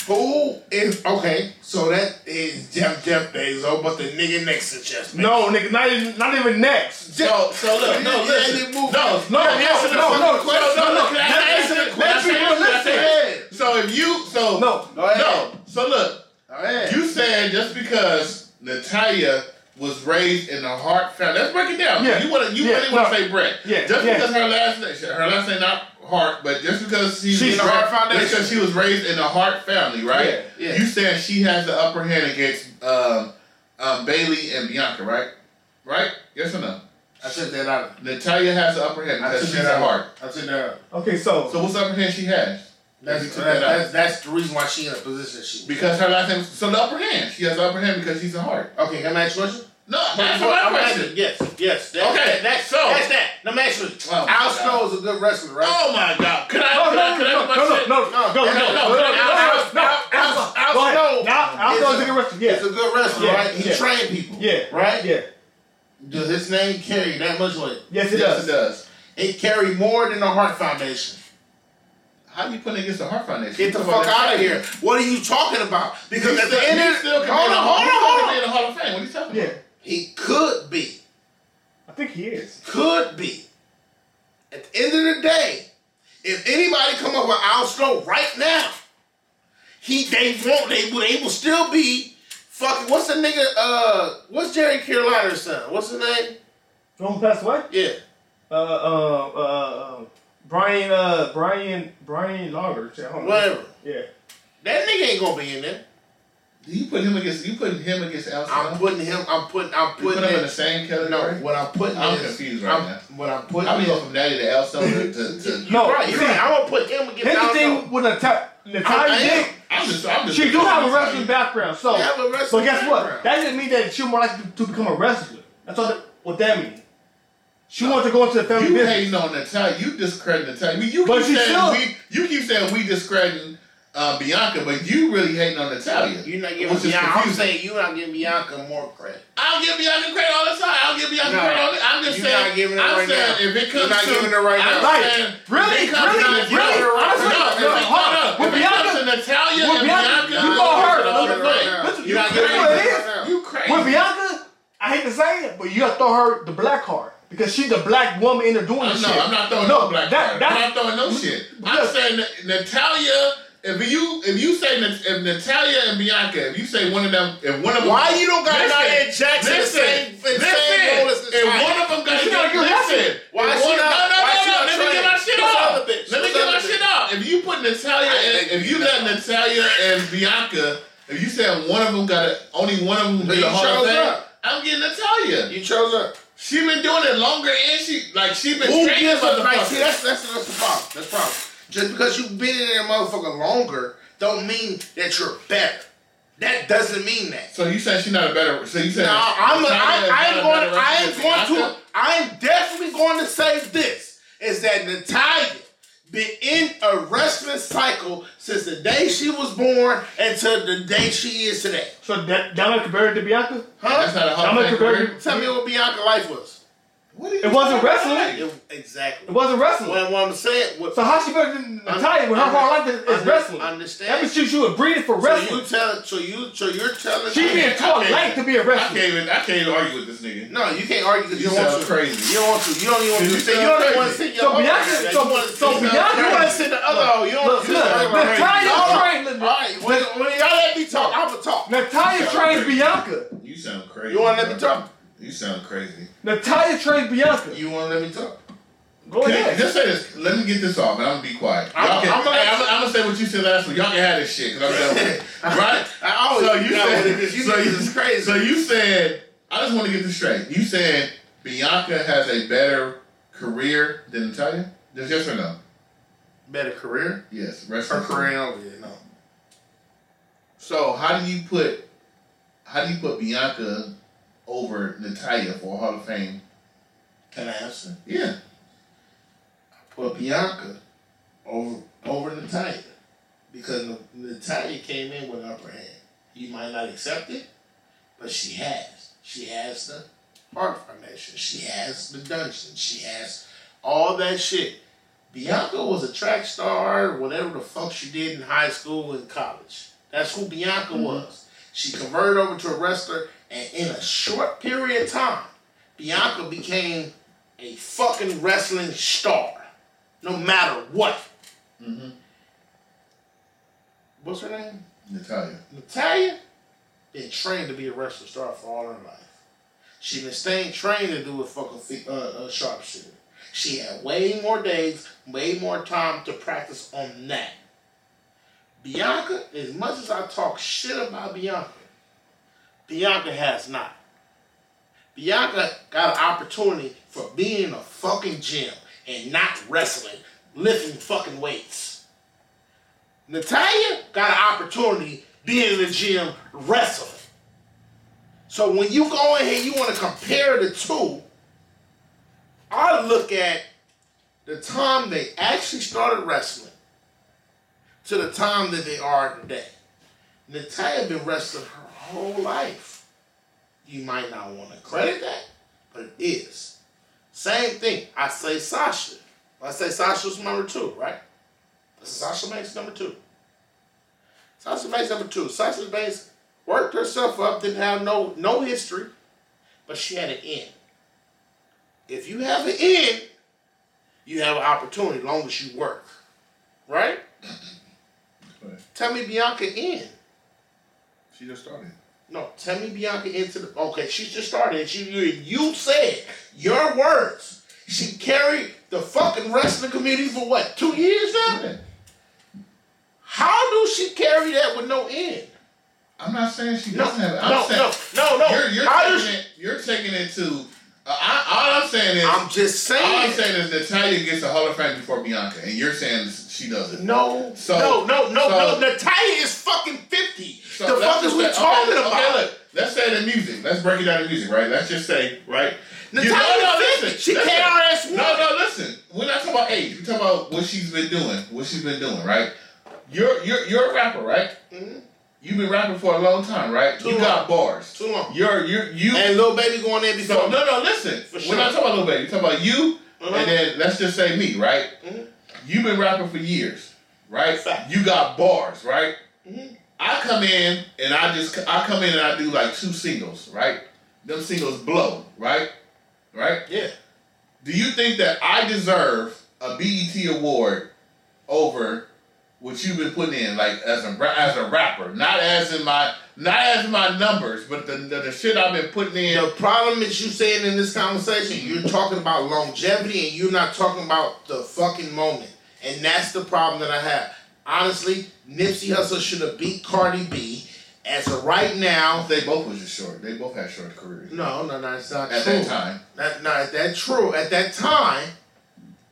D: Who is okay? So that is Jeff Jeff Bezos, but the nigga next to Jeff. Bezos.
A: No, nigga, not even, not even next.
D: So, so look, no, listen, no, no,
A: No, no,
D: answer the
A: no,
D: fucking
A: no,
D: question.
A: no, no,
D: Can
A: let
D: I
A: me
D: answer
A: answer-
D: the
A: let me
D: question? Can I
A: listen.
D: answer it? So if you, so
A: No.
D: no, So look,
C: All right.
D: you said just because Natalia was raised in a hard family, let's break it down.
A: Yeah.
D: You want to, you
A: Yeah,
D: really want
A: no.
D: to say Brett?
A: Yeah,
D: Just
A: yeah.
D: because her last name, her last name not Hart, but just because she's,
A: She's
D: in a
A: Hart
D: hard family,
A: Foundation.
D: because she was raised in a Hart family, right?
C: Yeah, yeah.
D: You said she has the upper hand against um, um, Bailey and Bianca, right? Right? Yes or no?
C: I took that out.
D: Natalia has the upper hand
C: I took
D: because she's
C: that
D: at
C: out.
D: heart.
C: I took that out.
A: Okay, so,
D: So what's the upper hand she has? You
C: That's, that,
D: took that out.
C: that's, that's the reason why she in the position she.
D: Because her last name. So the upper hand. She has the upper hand because she's a heart.
C: Okay, can I ask you a question?
D: No, that's my
C: I'm asking-
D: question.
C: Yes, yes. That,
D: Okay,
C: that, that's,
D: so-
C: that's that. Let me ask you.
D: Oh, my
C: Al
D: God.
C: Snow is a good wrestler, right?
D: Oh my God! Can I?
A: no,
D: can
A: no,
D: I, can
A: no,
D: I,
A: no, no, no,
D: no,
A: no, go,
C: Yeah,
A: no,
C: no,
A: no,
C: no,
A: no,
D: Al-
A: no,
D: Al-
A: Al- Al-
D: Al- Al
A: go ahead.
D: Snow
A: Now, Al
C: is
A: Snow's
C: a-
A: taking risks.
C: He's a
A: Yeah,
C: good wrestler,
A: Yeah,
C: right? He
A: yeah.
C: trained people.
A: yeah,
C: Right?
A: yeah.
C: Does his name carry that much weight?
A: Yes, it
D: Yes,
A: does.
D: it does.
C: It carry more than the Heart Foundation.
D: How you putting against the heart foundation?
C: Get the fuck out of here. What are you talking about? Because at the end of the
D: still
C: hold on, hold on, hold on.
D: in the Hall of Fame. What are you talking
A: Yeah,
D: about?
C: He could be.
A: I think he is.
C: could be. At the end of the day, if anybody come up with Al Snow right now, he they won't they will they will still be fucking what's the nigga uh what's Jerry Carolina's son? What's his name?
A: You want to pass away?
C: Yeah.
A: Uh, um, uh, uh, Brian, uh, Brian, Brian Lager.
C: Whatever.
A: Yeah.
C: That nigga ain't gonna be in there.
D: You put him against. You putting him against Al
C: I'm
D: Snow.
C: putting him I'm putting I'm
D: Uh-huh. You put
C: putting
D: him in
C: him
D: the same category.
C: no, what I'm putting
D: I'm
C: is-
D: confused right
C: I'm-
D: now.
C: What I'm putting
D: I mean,
C: is-
D: go from Natty to Al Snow to, to, to
A: No,
C: You're right, you're
A: see,
C: right. I'm gonna put him
A: Here's
C: against
A: the
C: Al Snow.
A: thing with Natalia.
C: I- I
A: Natalia
C: am.
A: Dick,
D: I'm just. I'm just.
A: she do have a wrestling background, so
C: They have a wrestling
A: so guess what?
C: background.
A: That didn't mean that she more likely to, to become a wrestler. That's all that, what that means. She wants to go into the family
D: You
A: business.
D: hating on Natalia. You discrediting Natalia. You
A: But
D: keep
A: she
D: saying
A: should.
D: we. You keep saying we discrediting uh, Bianca, but you really hating on Natalia.
C: You're not
D: Which
C: giving
D: is
C: Bianca I'm
D: confusing.
C: saying you're not giving Bianca more credit.
D: I'll give Bianca credit all the time. I'll give Bianca
C: No.
D: credit all the time. I'm just
C: You're
D: saying.
C: not giving it
D: I'm
C: right
D: saying
C: now.
D: if it
C: You're
D: comes
C: not
D: to
C: giving it right
D: I'm
C: now.
A: Like,
D: saying,
A: really?
D: if it
A: Really?
D: comes to
A: Really?
D: Natalia-
A: Honestly,
D: No, if
A: no,
D: it-
A: hold on.
D: no,
A: With
D: no. If it comes
A: Bianca-
D: to
A: with
D: Natalia and
A: Bianca, you
D: Bianca, I'm
A: gonna
D: giving
A: hurt
D: it all
A: her.
D: the
A: Look,
D: time.
A: look,
D: You
A: you
D: crazy.
A: know what it is?
D: You crazy.
A: With Bianca, I hate to say it, but you gotta throw her the black card because she's the black woman in there doing
D: I'm
A: this
D: not,
A: shit.
D: I'm not throwing
A: No,
D: no, black
A: that-
D: card.
A: that-
D: I'm not throwing no shit. I'm
A: Look.
D: saying that Natalia. If you if you say Nat- if Natalia and Bianca, if you say one of them, if one of them,
C: Why you don't got
D: Listen,
C: Nia Jackson the
D: listen,
C: same- the same
D: listen,
C: role as
D: if
C: Natalia?
D: one of them got
A: She not
D: listen,
A: good wrestling.
C: Why
D: if
C: she
D: one of-
C: not-
D: No, no,
C: why
D: no,
C: she
D: no.
C: not
D: Let me get my
C: trained?
D: shit
C: What's
D: off.
C: up with it?
D: Let me
C: What's
D: get
C: up
D: my
C: with
D: shit
C: it?
D: off. If you put Natalia
C: I
D: and
C: think
D: if
C: you
D: you let
C: know.
D: Natalia and Bianca, if you said one of them got a, only one of
C: But
D: them
C: you
D: did a hard
C: chose
D: thing,
C: her.
D: I'm getting Natalia.
C: You chose her.
D: She been doing it longer, and she like she been
C: Who
D: training
C: gives a right?
D: motherfuckers.
C: See, that's, that's that's the problem. That's the problem. Just because you've been in there motherfucker longer, don't mean that you're better. That doesn't mean that.
D: So you said she's not a better. So you said
C: No, I'm,
D: Natalia
C: I,
D: is
C: I am
D: not a
C: going.
D: better
C: I am
D: wrestler than
C: going to.
D: Bianca?
C: I am definitely going to say this: is that Natalia been in a wrestling cycle since the day she was born until the day she is today.
A: So that that might compare it to Bianca.
D: That's
C: Huh?
D: not a
A: I'm
D: Hall of
A: gonna
D: Fame
A: compare
D: career.
A: you-
C: Tell me what Bianca life was.
D: What are you
A: It wasn't
D: talking about?
A: wrestling.
C: It- exactly.
A: It wasn't wrestling.
C: Well, what I'm saying, what,
A: so how she better than Natalia when her
C: Under-
A: whole life is, is
C: under-
A: wrestling?
C: understand.
A: That means she, she was breeding for
C: so
A: wrestling.
C: you tell, so you, so you're telling
A: she being taught
D: can't-
A: late to be a
D: I
A: wrestler.
D: can't even. I can't even argue with this nigga.
C: No, you can't argue because
D: You
C: you, don't want
D: sound
C: to.
D: crazy.
C: You don't want to. You don't even want
D: You
C: to. say- You
D: sound
C: don't even
D: crazy.
C: want to sit your
A: So
C: hoe
A: Bianca-
C: like that.
A: so-
C: you want to
A: so
C: sit
A: Bianca-
C: You want to sit the other hoe. You don't want
A: Look,
C: to sit
A: look,
C: the other hoe.
A: Natalia
C: Hold on.
A: trained-
C: All right, when, when y'all let me talk, I'ma talk.
A: Natalia trains Bianca.
D: You sound crazy.
C: You want to let me
D: bro.
C: talk?
D: You sound crazy.
A: Natalia trains Bianca.
C: You want to let me talk?
A: Go
D: Okay,
A: ahead.
D: just say this. Let me get this off, and I'm gonna be quiet.
C: I'm-
D: Y'all can,
C: I'm
D: I'm,
C: gonna-
D: gonna, hey, I'm, I'm gonna say what you said last week. Y'all can have this shit because I'm done with it. Right?
C: I always
D: so you
C: got
D: said
C: with it, 'cause Oh, you
D: so
C: niggas
D: you,
C: is crazy.
D: So you said I just want to get this straight. You said Bianca has a better career than Natalia. Just yes or no?
C: Better career.
D: Yes. Rest
C: Her career ain't over yet. No.
D: So how do you put how do you put Bianca over Natalia for Hall of Fame?
C: Can I answer?
D: Yeah.
C: Put Bianca over over Natalia because Na- Natalia came in with an upper hand. You might not accept it, but she has. She has the Heart Foundation. She has the dungeon. She has all that shit. Bianca was a track star, whatever the fuck she did in high school and college. That's who Bianca was. She converted over to a wrestler, and in a short period of time, Bianca became a fucking wrestling star, no matter what. What's her name?
D: Natalia.
C: Natalia been trained to be a wrestling star for all her life. She been staying trained to do a fucking fi- uh, uh, sharpshooter. She had way more days, way more time to practice on that. Bianca, as much as I talk shit about Bianca, Bianca has not. Bianca got an opportunity for being in a fucking gym and not wrestling, lifting fucking weights. Natalia got an opportunity being in the gym wrestling. So when you go in here, you want to compare the two. I look at the time they actually started wrestling to the time that they are today. Natalia been wrestling her whole life. You might not want to credit that, but it is. Same thing. I say Sasha. I say Sasha's number two, right? Sasha Banks number two. Sasha Banks number two. Sasha Banks worked herself up, didn't have no no history, but she had an end. If you have an end, you have an opportunity as long as you work. Right?
D: Right.
C: Tell me Bianca in.
D: She just started.
C: No, tell me Bianca into the okay, she just started. She you, you said your words. She carried the fucking wrestling community for what, two years now? How do she carry that with no end?
D: I'm not saying she
C: No,
D: doesn't have it. I'm
C: no,
D: saying
C: no, no, no.
D: You're, you're,
C: How does
D: taking it, you're taking it to. Uh, I, all I'm saying is.
C: I'm just
D: all I'm
C: saying.
D: saying is Natalia gets the Hall of Fame before Bianca, and you're saying she doesn't.
C: No,
D: So-
C: no, no, no, no.
D: so-
C: Natalia is fucking 50.
D: So
C: the
D: let's
C: fuck is
D: just
C: we
D: say- okay,
C: talking
D: okay,
C: about?
D: look, let's say the music. Let's break it down to music, right? Let's just say, right? You-
C: Natalia Fitz, she KRS-One.
D: No, no, listen. We're not talking about age. We're talking about what she's been doing. What she's been doing, right? You're you're you're a rapper, right? You've been rapping for a long time, right? you
C: Mm-hmm. long.
D: got bars.
C: Too long.
D: You're you're you.
C: and Lil Baby going there
D: so
C: before.
D: no, no, listen.
C: For
D: We're
C: sure.
D: not talking about little baby. We're talking about you,
C: Uh-huh. Mm-hmm.
D: and then let's just say me, right? You've been rapping for years, right?
C: Fact. Mm-hmm.
D: You got bars, right? I come in and I just I come in and I do like two singles, right? Them singles blow, right? Right?
C: Yeah.
D: Do you think that I deserve a BET award over what you've been putting in, like as a ra- as a rapper, not as in my not as in my numbers, but the the, the shit I've been putting in?
C: The problem is you saying in this conversation, you're talking about longevity and you're not talking about the fucking moment. And that's the problem that I have. Honestly, Nipsey Hussle should have beat Cardi B. As of right now,
D: They both was just short. They both had short careers
C: no, no, no, it's not
D: at
C: true.
D: that time.
C: Not, not at that true. At that time,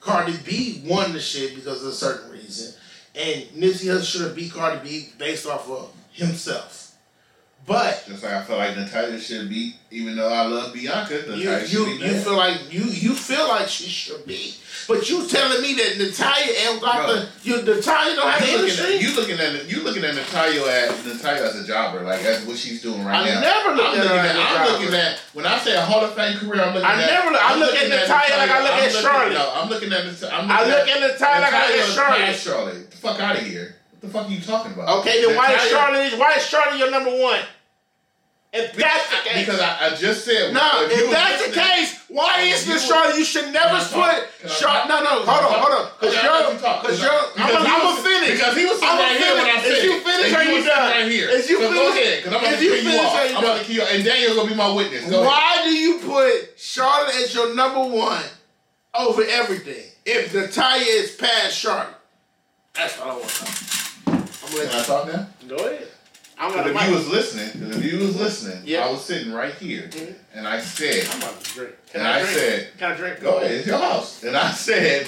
C: Cardi B won the shit because of a certain reason, and Nipsey Hussle should have beat Cardi B based off of himself. But
D: Just like I felt like Natalia should be, even though I love Bianca,
C: you
D: Natalia
C: you,
D: should be
C: you
D: there.
C: feel like you you feel like she should be, but you telling me that Natalia ain't got
D: Bro.
C: the you Natalia don't have
D: You
C: the
D: looking, at,
C: industry.
D: you looking at you looking at Natalia as Natalia as a jobber, like as what she's doing right
C: I
D: now.
C: never looked
D: I'm
C: at
D: looking
C: her
D: at,
C: as a
D: I'm
C: jobber.
D: looking at when I say a Hall of Fame career, I'm looking
C: I
D: at.
C: never look- I
D: I'm
C: look at
D: looking
C: Natalia like I look
D: I'm
C: at
D: looking
C: Charlotte.
D: No, I'm looking at Nat- I'm
C: I
D: looking
C: look at Natalia like I look at
D: Natalia's
C: Charlotte.
D: past Charlotte. The fuck out of here. What the fuck are you talking about?
C: Okay, then why is
D: Natalia-
C: Charlotte why is Charlotte your number one? If that's the case,
D: Because I, I just said
C: No,
D: you
C: if
D: was
C: that's the
D: listening-
C: case, why
D: if
C: is
D: you
C: this
D: were-
C: Charlotte? You should never
D: Can I talk? Can
C: split.
D: I
C: Charlotte, no,
D: talk?
C: no, hold on,
D: Can I talk?
C: hold on, because
D: Okay,
C: you're,
D: I'll let you talk.
C: because you're, I'm,
D: Because
C: gonna-
D: he
C: I'm
D: was-
C: gonna finish.
D: Because he was sitting
C: I'ma
D: right here when I
C: finish. If
D: said
C: you
D: it.
C: finish,
D: And
C: are
D: he
C: you
D: was sitting
C: done?
D: right here.
C: If you
D: So go
C: finish-
D: ahead, 'cause I'm about
C: if
D: to
C: you
D: kill you
C: finish,
D: off.
C: are you
D: I'm about to
C: done?
D: kill you, and Daniel's gonna be my witness. Go ahead.
C: Why do you put Charlotte as your number one over everything? If Natalia is past Charlotte, that's what I want. to know. I'm
D: Can I
C: gonna
D: talk now?
C: let you go ahead. I'm
D: But
C: gonna.
D: if you was listening, 'cause if you was listening,
C: Yeah. Mm-hmm.
D: I was sitting right here, and I said,
C: I'm about to drink. Can
D: and I,
C: drink?
D: said,
C: Can I drink?
D: go ahead, it's your house. And I said,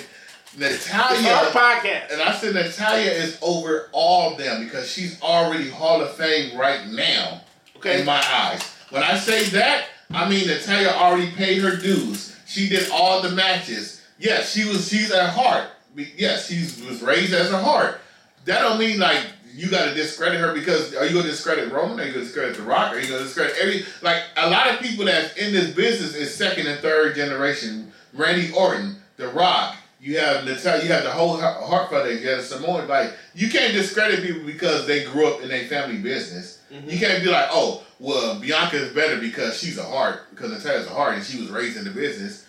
C: It's our
D: Natalia.
C: podcast.
D: And I said Natalia is over all them because she's already Hall of Fame right now.
C: Okay.
D: in my eyes. When I say that, I mean Natalia already paid her dues. She did all the matches. Yes, she was. She's at heart. Be- Yes, she was raised as a heart. That don't mean like you got to discredit her because are you gonna discredit Roman? Are you gonna discredit The Rock? Are you gonna discredit every like a lot of people that's in this business is second and third generation. Randy Orton, The Rock, You have Natalia. You have the whole Har- Hart Foundation. You have the Samoan. Like you can't discredit people because they grew up in a family business. You can't be like, oh, well, Bianca is better because she's a Hart because Natalia's a Hart and she was raised in the business.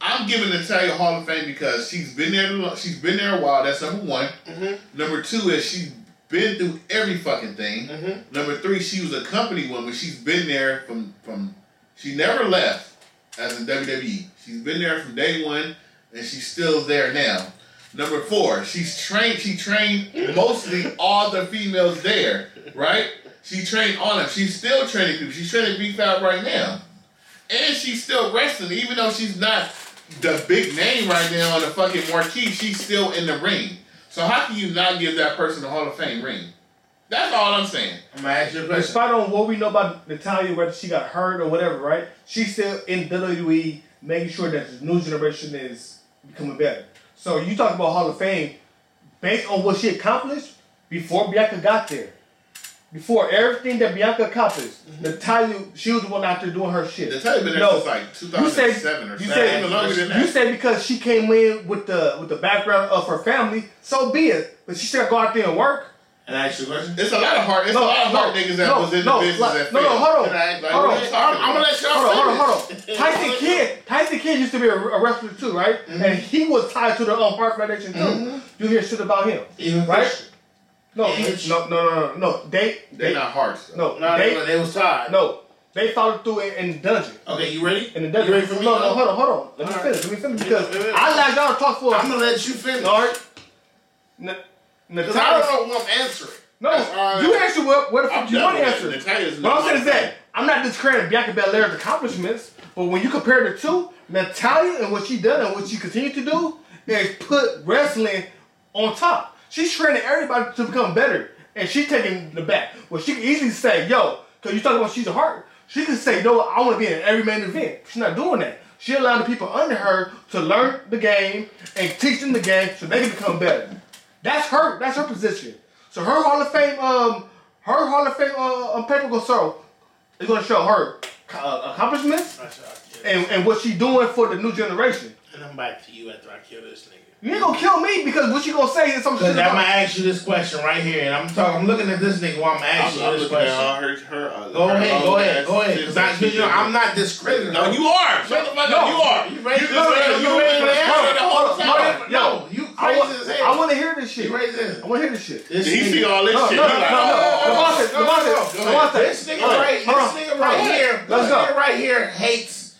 D: I'm giving Natalia Hall of Fame because she's been there. lo- She's been there a while. That's number one. Number two is she's been through every fucking thing. Number three, she was a company woman. She's been there from from. She never left as in WWE. She's been there from day one, and she's still there now. Number four, she's trained. She trained mostly all the females there, right? She trained all of them. She's still training people. She's training Big Five right now, and she's still wrestling, even though she's not the big name right now on the fucking marquee. She's still in the ring. So how can you not give that person a Hall of Fame ring? That's all I'm saying.
C: I'm gonna ask you a question.
A: Despite on what we know about Natalia, whether she got hurt or whatever, right? She's still in WWE, making sure that the new generation is becoming better. So you talk about Hall of Fame, based on what she accomplished before Bianca got there, before everything that Bianca accomplished, Natalia, she was the one out there doing her shit.
D: Mm-hmm. Natalia been there
A: No.
D: since like
A: You said,
D: 2007 or
A: you
D: something.
A: said,
D: Even longer than that.
A: you said because she came in with the with the background of her family, so be it. But she still go out there and work.
C: And ask you a question.
D: It's a lot of hard. It's a lot of hard niggas that
A: no,
D: was in
A: no,
D: the business
A: like-
D: that
A: No, no,
D: failed.
A: hold on.
D: And I- like,
A: hold
D: what
A: on.
D: you talking
A: I'm, I'm gonna let
D: about?
A: y'all Hold on, hold on, hold on. Tyson Kidd, Tyson Kidd used to be a, a wrestler too, right? And he was tied to the um, Heart Foundation too. You hear shit about him,
C: Even
A: right? No,
C: Yeah.
A: he- no, no, no, no, no. They,
D: They're
A: they,
D: not hard. Stuff.
A: no,
C: No, they,
A: they,
C: they was tied.
A: no, they followed through in, in the dungeon.
C: Okay, you ready?
A: In the
C: you
A: dungeon.
C: ready for me?
A: no, no, hold on, hold on. Let me
C: All right.
A: finish. Let me finish because
C: Yeah, yeah, yeah.
A: I like y'all to talk for.
C: I'm gonna let you finish.
A: All right. Na-
C: Because I
A: Natalia.
C: don't know what I'm answering.
A: No,
C: That's all I-
A: you answer what, what the fuck
D: I'm
A: you
D: done
A: want to
D: with
A: answer.
D: that. Natalia's
A: What I'm
D: not-
A: saying is that I'm not discrediting Bianca Belair's accomplishments, but when you compare the two, Natalia and what she done and what she continued to do is put wrestling on top. She's training everybody to become better, and she's taking the back. Well, she can easily say, "Yo," because you talking about she's a heart. She can say, "No, I want to be in every man event." She's not doing that. She allowing the people under her to learn the game and teach them the game so they can become better. That's her. That's her position. So her Hall of Fame, um, her Hall of Fame, uh, um, paper gonna show. It's gonna show her uh, accomplishments
E: I shall kill
A: and, and what she doing for the new generation.
E: And I'm back to you after I kill this nigga.
A: You ain't gonna kill me because what you gonna say is some shit.
C: Because I'm gonna
A: About,
C: ask you this question right here, and I'm talking. I'm looking at this nigga while I'm
D: I'm,
C: asking
D: I'm
C: you this
D: looking
C: question.
D: at all her. her uh,
C: Go
D: her
C: ahead,
D: long
C: go ahead,
D: ass
C: go ahead.
D: shit
C: Because I,
D: that she
C: you know,
D: did.
C: I'm not discrediting.
D: No,
C: her.
D: you are. Shut the fuck up. You are.
C: You ready?
D: You just
C: No, no,
D: ready-
C: no,
D: you
C: you
D: ready
C: ready
D: to
C: for the
D: answer the whole
A: no, no,
D: time.
C: no,
A: yo,
C: you
A: I,
C: crazy as
A: wa-
C: hell.
A: I want to hear this shit.
C: You
A: I
C: raise this.
A: want to hear this shit.
C: This
D: He see
C: nigga,
D: all this
A: No,
D: shit.
A: no,
D: He like,
A: no, no.
D: oh, oh,
A: Devontae,
D: oh, oh,
A: Devontae,
D: oh, oh, go ahead.
A: Devontae.
C: this nigga
A: Go ahead.
C: right,
A: Hold on.
C: this nigga
A: Hold
C: right
A: on.
C: here,
A: Let's
C: this nigga
A: go.
C: right here hates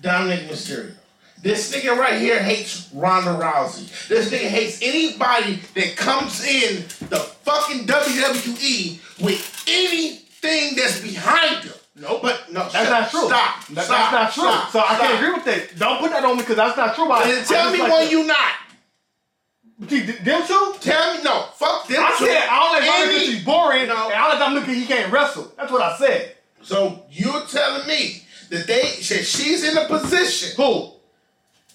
C: Dominic Mysterio. This nigga right here hates Ronda Rousey. This nigga hates anybody that comes in the fucking WWE with anything that's behind them.
A: Nope.
C: but no,
A: That's
C: shut-
A: not true.
C: Stop.
A: That-
C: stop,
A: that's not true.
C: Stop,
A: so I
C: stop.
A: can't agree with that. Don't put that on me because that's not true. But I-
C: And tell
A: I
C: me
A: just like
C: when
A: to-
C: you not.
A: Gee, th- them two.
C: Tell me no. Fuck them.
A: I
C: two.
A: said I don't like Dominic
C: Any-
A: because he's boring,
C: No.
A: and I don't like Dominic because he can't wrestle. That's what I said.
C: So you're telling me that they that she's in a position,
A: Who?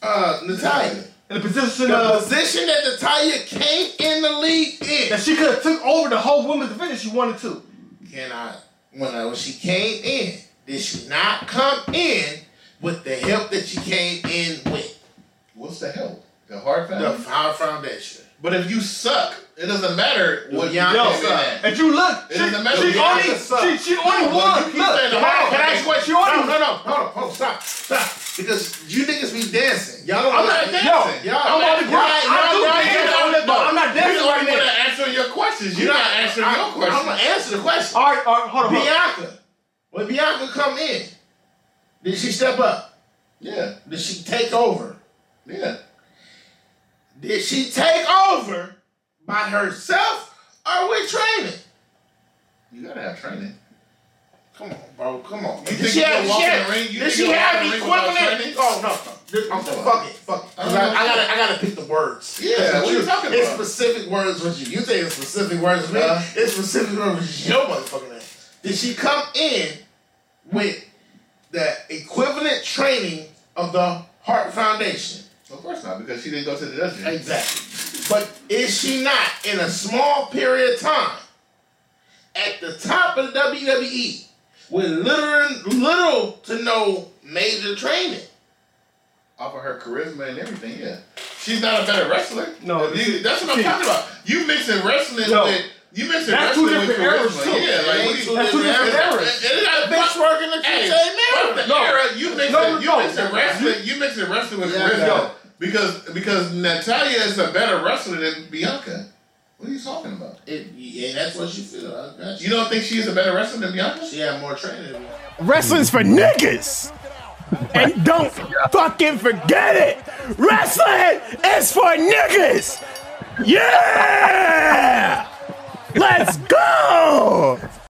C: uh, Natalia.
A: In the position
C: The
A: of
C: position that Natalia came in the league in.
A: that she could have took over the whole women's division she wanted to.
C: Can I when I when she came in, did she not come in with the help that she came in with?
D: What's the help? The hard
C: The
D: fact.
C: Fire Foundation.
D: But if you suck, it doesn't matter what
C: Yeah,
D: y'all
C: I
A: Yo,
C: think so.
D: at.
A: and you look, she,
D: It
A: she
D: doesn't matter.
A: only,
D: Yeah,
C: it
A: she,
C: sucks.
A: she only won.
D: No, you
A: Look,
D: keep saying the
A: hold on,
D: whole
A: can I ask you
D: thing.
A: a question? She
C: No,
A: only,
C: no, no, hold on, hold on, stop, stop. Because you niggas be dancing. Y'all don't
D: I'm not
C: like-
D: dancing.
A: yo,
C: Y'all
A: I'm on the ground.
C: like- y'all-
A: I
C: y'all-
A: do
C: y'all-
A: dance
C: y'all-
A: on that, but I'm not dancing
D: You're
A: right
D: only gonna
A: now.
D: answer your questions. You're
C: You're
D: not answering your
C: I'm
D: questions.
C: gonna answer the question.
A: All right, all right, hold on. Hold on.
C: Bianca. When Bianca come in, did she step up?
D: Yeah,
C: Did she take over?
D: yeah.
C: Did she take over by herself or with training?
D: You gotta have training.
C: Come on, bro. Come on.
D: You
C: Did
D: think
C: she
D: you
C: have,
D: gonna
C: did
D: walk
C: she
D: in the
C: have,
D: ring? You
C: did
D: think
C: she
D: you gonna
C: have
D: walk in
C: the
D: the ring without
C: equivalent?
D: training?
C: Oh, no. no. This- I'm
D: Come on.
C: fuck it. Fuck it. I,
D: don't know.
C: I gotta, I gotta pick the words.
D: Yeah,
C: That's
D: what you talking
C: It's
D: about?
C: specific words with you. You think it's specific words with me.
D: Uh.
C: it's specific words with your motherfucking name. Did she come in with the equivalent training of the Heart Foundation?
D: Of course not, because she didn't go to the dungeon.
C: Exactly. But is she not in a small period of time at the top of the
D: E,
C: WWE with little, little to no major training?
D: Off of her charisma and everything, yeah. She's not a better wrestler.
A: No,
D: If you- that's what I'm talking about. You mixing wrestling
A: No.
D: with you mixing
A: That's two
D: wrestling with
A: different eras,
D: wrestling.
A: too.
D: Yeah, like
A: That's two different eras.
D: And, and I,
F: Benchmark in the
D: hey,
F: TJ
D: fuck the
A: No.
D: era. You mixing
A: No, no,
D: you
A: no.
D: mixing wrestling. You mixing wrestling with
F: Yeah,
D: charisma
A: no.
D: because because Natalia is a better wrestler than Bianca. What are you talking about?
C: It, yeah, that's what you feel. I got
D: You
C: you.
D: don't think she is a better wrestler than Bianca?
C: She had more training than me.
G: Wrestling's for niggas. And don't fucking forget it. Wrestling is for niggas. Yeah. Let's go.